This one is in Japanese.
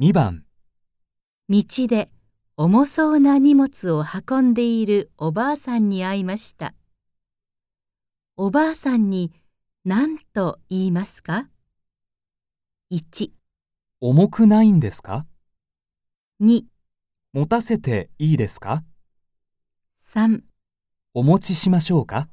2番、道で重そうな荷物を運んでいるおばあさんに会いました。おばあさんに何と言いますか ?1、重くないんですか2、持たせていいですか3お持ちしましょうか